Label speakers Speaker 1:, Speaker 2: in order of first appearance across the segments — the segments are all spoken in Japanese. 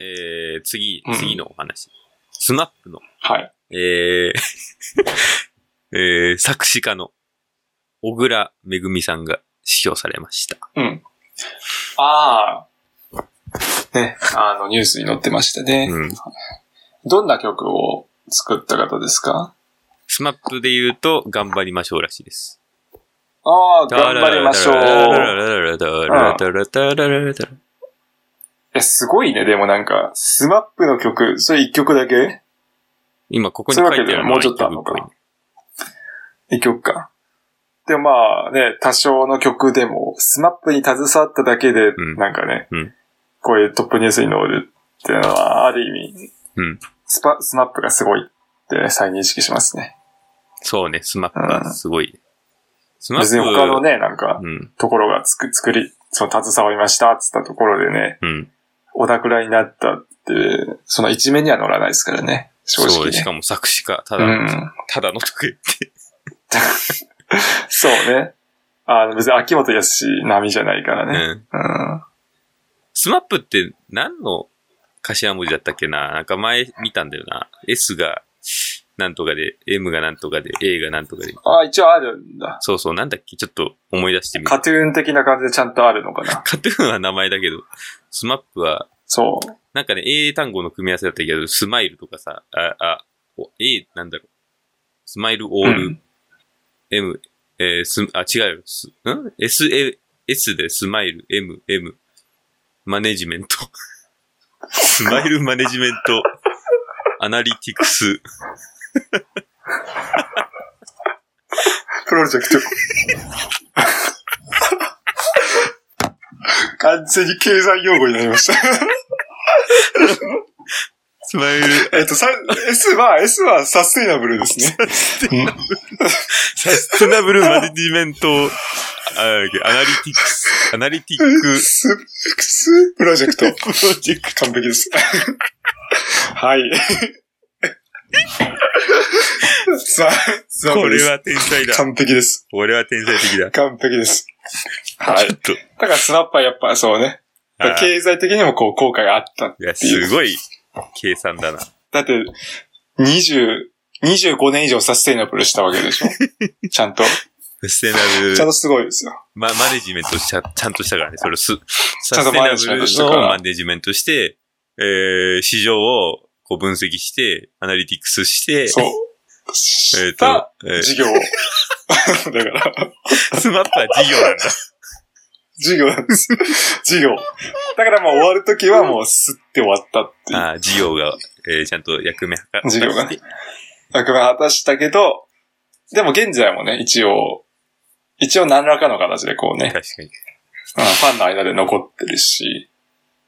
Speaker 1: えー、次
Speaker 2: うん、
Speaker 1: 次のお話。スマップの、
Speaker 2: はい。
Speaker 1: えー えー作詞家の小倉めぐみさんが死去されました。
Speaker 2: うん。ああ。ね、あの、ニュースに載ってましたね。
Speaker 1: うん。
Speaker 2: どんな曲を作った方ですか
Speaker 1: スマップで言うと、頑張りましょうらしいです。
Speaker 2: ああ、頑張りましょう。え、すごいね。でもなんか、スマップの曲、それ一曲だけ
Speaker 1: 今、ここに書いてある
Speaker 2: そういうわけではもうちょっとあるのか
Speaker 1: 一曲っぽいね
Speaker 2: 一曲か。でもまあね、多少の曲でも、スマップに携わっただけで
Speaker 1: う、ん
Speaker 2: なんかね、
Speaker 1: うん
Speaker 2: こういうトップニュースに載るっていうのは、ある意味、
Speaker 1: うん
Speaker 2: スパ、スマップがすごいって再認識しますね。
Speaker 1: そうね、スマップはすごい。スマップ
Speaker 2: 別に他のね、なんか、
Speaker 1: うん、
Speaker 2: ところがつく、作り、その携わりましたっつったところでね、
Speaker 1: うん。
Speaker 2: お亡くなりになったって、その一面には載らないですからね、正
Speaker 1: そ
Speaker 2: 直
Speaker 1: う、し
Speaker 2: ね。
Speaker 1: かも作詞家、た
Speaker 2: う
Speaker 1: だの、
Speaker 2: ん。
Speaker 1: ただのとか言って。
Speaker 2: そうね。あの、別に秋元康並みじゃないからね。
Speaker 1: うん。
Speaker 2: うん。
Speaker 1: スマップって何の頭文字だったっけななんか前見たんだよな。S がなんとかで、M がなんとかで、A がなんとかで。
Speaker 2: あ、一応あるんだ。
Speaker 1: そうそう、なんだっけちょっと思い出してみる。
Speaker 2: カトゥーン的な感じでちゃんとあるのかな。
Speaker 1: カトゥーンは名前だけど、スマップは、
Speaker 2: そう。
Speaker 1: なんかね、英単語の組み合わせだったけど、スマイルとかさ、あ、あ、お A、なんだろう。スマイルオール、
Speaker 2: うん
Speaker 1: M、えー、す、あ、違うよ。す、ん ?S、A、S でスマイル、M、M、マネジメ ント。スマイルマネジメント、アナリティクス、
Speaker 2: プロジェクト。 完全に経済用語になりました。
Speaker 1: スマイル、
Speaker 2: えっと、さ S は、S はサステイナブルですね。
Speaker 1: サステナブルマネジメント、あ、なんだっけアナリティクス、アナリティク
Speaker 2: ス、スプロジェクト。
Speaker 1: プロジェク
Speaker 2: 完璧です。はい。 さあ、
Speaker 1: ト。これ
Speaker 2: は
Speaker 1: は天才だ。
Speaker 2: 完璧です。
Speaker 1: これは天才的だ。
Speaker 2: 完璧です。はい。
Speaker 1: ちょ
Speaker 2: だ
Speaker 1: っと。
Speaker 2: からスナッパーやっぱそうね。
Speaker 1: あー
Speaker 2: 経済的にもこう効果があった
Speaker 1: いや、すごい計算だな。
Speaker 2: だって、20、25年以上サステイナブルしたわけでしょちゃん と。
Speaker 1: サステナブ
Speaker 2: ちゃ
Speaker 1: ル、
Speaker 2: んとすごいですよ。
Speaker 1: ま、マネジメントしちゃ、ちゃんとしたからね。それをす、
Speaker 2: ゃ
Speaker 1: サ
Speaker 2: んと
Speaker 1: ステ
Speaker 2: マネ
Speaker 1: ナ
Speaker 2: ジ
Speaker 1: ブ
Speaker 2: メン
Speaker 1: ル
Speaker 2: トしたから
Speaker 1: のマネジメントして、えー、市場をこう分析して、アナリティクスして、
Speaker 2: そう。
Speaker 1: え
Speaker 2: し
Speaker 1: っ、と
Speaker 2: た、
Speaker 1: えー
Speaker 2: 事業を。 だから、
Speaker 1: スマップは事業なんだ。
Speaker 2: 事業なんです。事業。だからもう終わるときはもうすって終わったっていう。
Speaker 1: あー事業が、えー、ちゃんと役目はか
Speaker 2: 事業が
Speaker 1: 果たして
Speaker 2: 役目果たしたけど、でも現在もね、一応、一応何らかの形でこうね、
Speaker 1: 確かに。
Speaker 2: うんファンの間で残ってるし、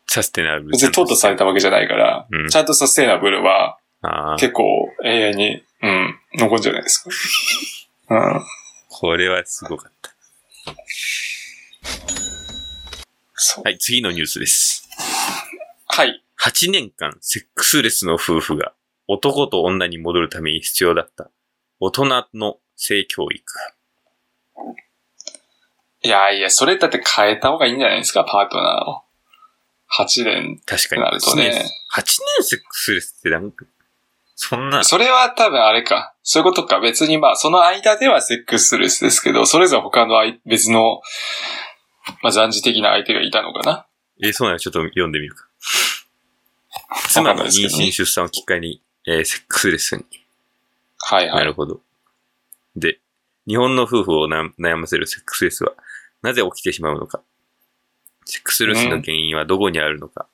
Speaker 1: サステナブル。
Speaker 2: 別に淘汰されたわけじゃないから、
Speaker 1: うん
Speaker 2: ちゃんとサステイナブルは
Speaker 1: あー
Speaker 2: 結構永遠に、うん、残んじゃないですか。 うん。
Speaker 1: これはすごかった。
Speaker 2: そう。
Speaker 1: はい、次のニュースです。
Speaker 2: はい。
Speaker 1: 8年間セックスレスの夫婦が男と女に戻るために必要だった大人の性教育。
Speaker 2: いやいや、それだって変えた方がいいんじゃないですか、パートナーを。8年。
Speaker 1: 確かに。
Speaker 2: なるとね
Speaker 1: 8年。8年セックスレスってなんか、そんな、
Speaker 2: それは多分あれか。そういうことか。別にまあ、その間ではセックスレスですけど、それぞれ他の相別の、まあ、暫時的な相手がいたのかな。
Speaker 1: えーそうなのちょっと読んでみ るか。妻
Speaker 2: わかんな
Speaker 1: の
Speaker 2: いですけ
Speaker 1: 妊
Speaker 2: どね
Speaker 1: 娠出産をきっかけに、えーセックスレスに。
Speaker 2: はいは。
Speaker 1: ないるほど。で、日本の夫婦をな悩ませるセックスレスは、なぜ起きてしまうのか。セックスレスの原因はどこにあるのか。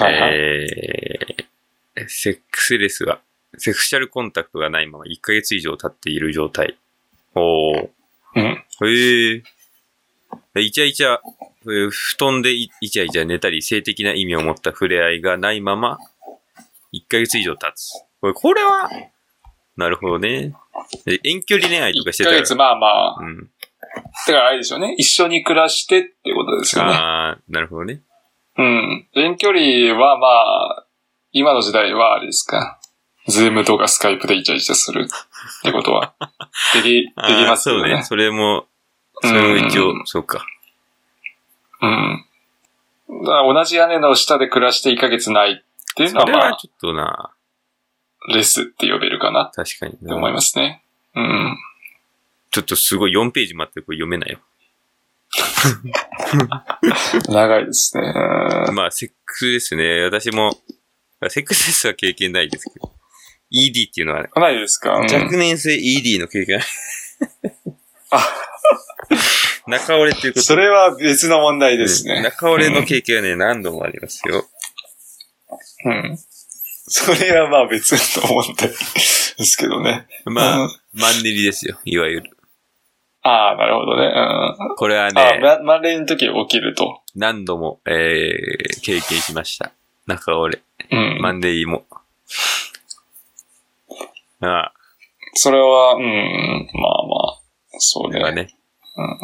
Speaker 2: はいはい。
Speaker 1: えーセックスレスは、セクシャルコンタクトがないまま1ヶ月以上経っている状態。おー。
Speaker 2: うん。
Speaker 1: へえー。イチャイチャ、えー布団でイイチャイチャ寝たり、性的な意味を持った触れ合いがないまま、1ヶ月以上経つ。これ、これは、なるほどね。で遠距離恋愛とかして
Speaker 2: 1
Speaker 1: た
Speaker 2: ヶ
Speaker 1: ら、
Speaker 2: 月、まあまあ。
Speaker 1: うん。
Speaker 2: だからあれでしょうね。一緒に暮らしてっていうことですよね。
Speaker 1: ああ、なるほどね。
Speaker 2: うん。遠距離はまあ、今の時代はあれですか。ズームとかスカイプでイチャイチャするってことは、でき、でき
Speaker 1: ああ、
Speaker 2: ます
Speaker 1: そう
Speaker 2: よ
Speaker 1: ね。
Speaker 2: ね。
Speaker 1: それも、それも一応
Speaker 2: う、
Speaker 1: そうか。
Speaker 2: うん。だから同じ屋根の下で暮らして1ヶ月ないっていうの
Speaker 1: そ
Speaker 2: は、
Speaker 1: れ
Speaker 2: ま
Speaker 1: は
Speaker 2: あ、
Speaker 1: ちょっとな、
Speaker 2: レスって呼べるかなっ
Speaker 1: 確かにな
Speaker 2: て思いますね。うん。
Speaker 1: ちょっとすごい4ページ待ってこれ読め ないよ。
Speaker 2: 長いですね。
Speaker 1: まあ、セックスですね。私も、セックスレスは経験ないですけど。ED っていうのは、ね、
Speaker 2: ないですか、うん
Speaker 1: 若年性 ED の経験
Speaker 2: あ
Speaker 1: 中折れっていうこと
Speaker 2: それは別の問題です
Speaker 1: うん
Speaker 2: ね。
Speaker 1: 中折れの経験はね、何度もありますよ。
Speaker 2: うん。それはまあ別の問題ですけどね。
Speaker 1: ま
Speaker 2: う
Speaker 1: あ、
Speaker 2: ん
Speaker 1: マンネリですよ、いわゆる。
Speaker 2: ああ、なるほどね。うん。
Speaker 1: これは
Speaker 2: ああ、
Speaker 1: ね、
Speaker 2: ま、満例の時起きると。
Speaker 1: 何度も、えー、経験しました。中折れ。
Speaker 2: うん。
Speaker 1: マンネリも。ああ、
Speaker 2: それは、うん、まあまあ、そう
Speaker 1: これは
Speaker 2: ね。
Speaker 1: ね
Speaker 2: うん。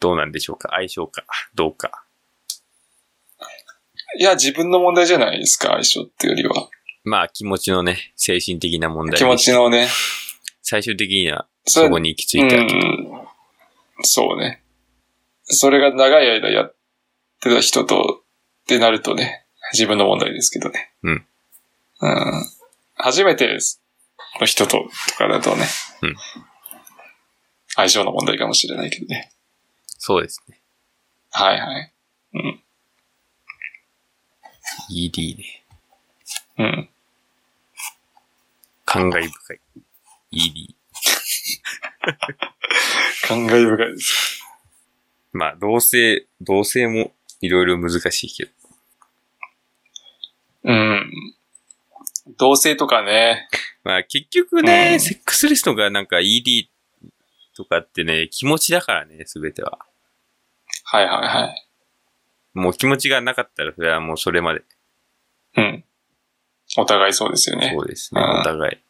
Speaker 1: どうなんでしょうか相性かどうか。
Speaker 2: いや、自分の問題じゃないですか、相性っていうよりは。
Speaker 1: まあ、気持ちのね、精神的な問題。
Speaker 2: 気持ちのね。
Speaker 1: 最終的には、
Speaker 2: そ
Speaker 1: そ
Speaker 2: れ
Speaker 1: こに行き着いた。
Speaker 2: うん。そうね。それが長い間やってた人と、ってなるとね、自分の問題ですけどね。
Speaker 1: うん。
Speaker 2: うん。初めての人と、とかだとね。
Speaker 1: うん。
Speaker 2: 相性の問題かもしれないけどね。
Speaker 1: そうですね。
Speaker 2: はいはい。
Speaker 1: ED ね。
Speaker 2: うん。
Speaker 1: 感慨深い。ED。
Speaker 2: 感慨深いです。
Speaker 1: まあ、同性、同性もいろいろ難しいけど。
Speaker 2: うん。同性とかね。
Speaker 1: まあ、結局ね、
Speaker 2: うん
Speaker 1: セックスレスとかなんか ED とかってね、気持ちだからね、すべては。
Speaker 2: はいはいはい。
Speaker 1: もう気持ちがなかったら、それはもうそれまで。
Speaker 2: うん。お互いそうですよね。
Speaker 1: そうですね、
Speaker 2: うん
Speaker 1: お互い。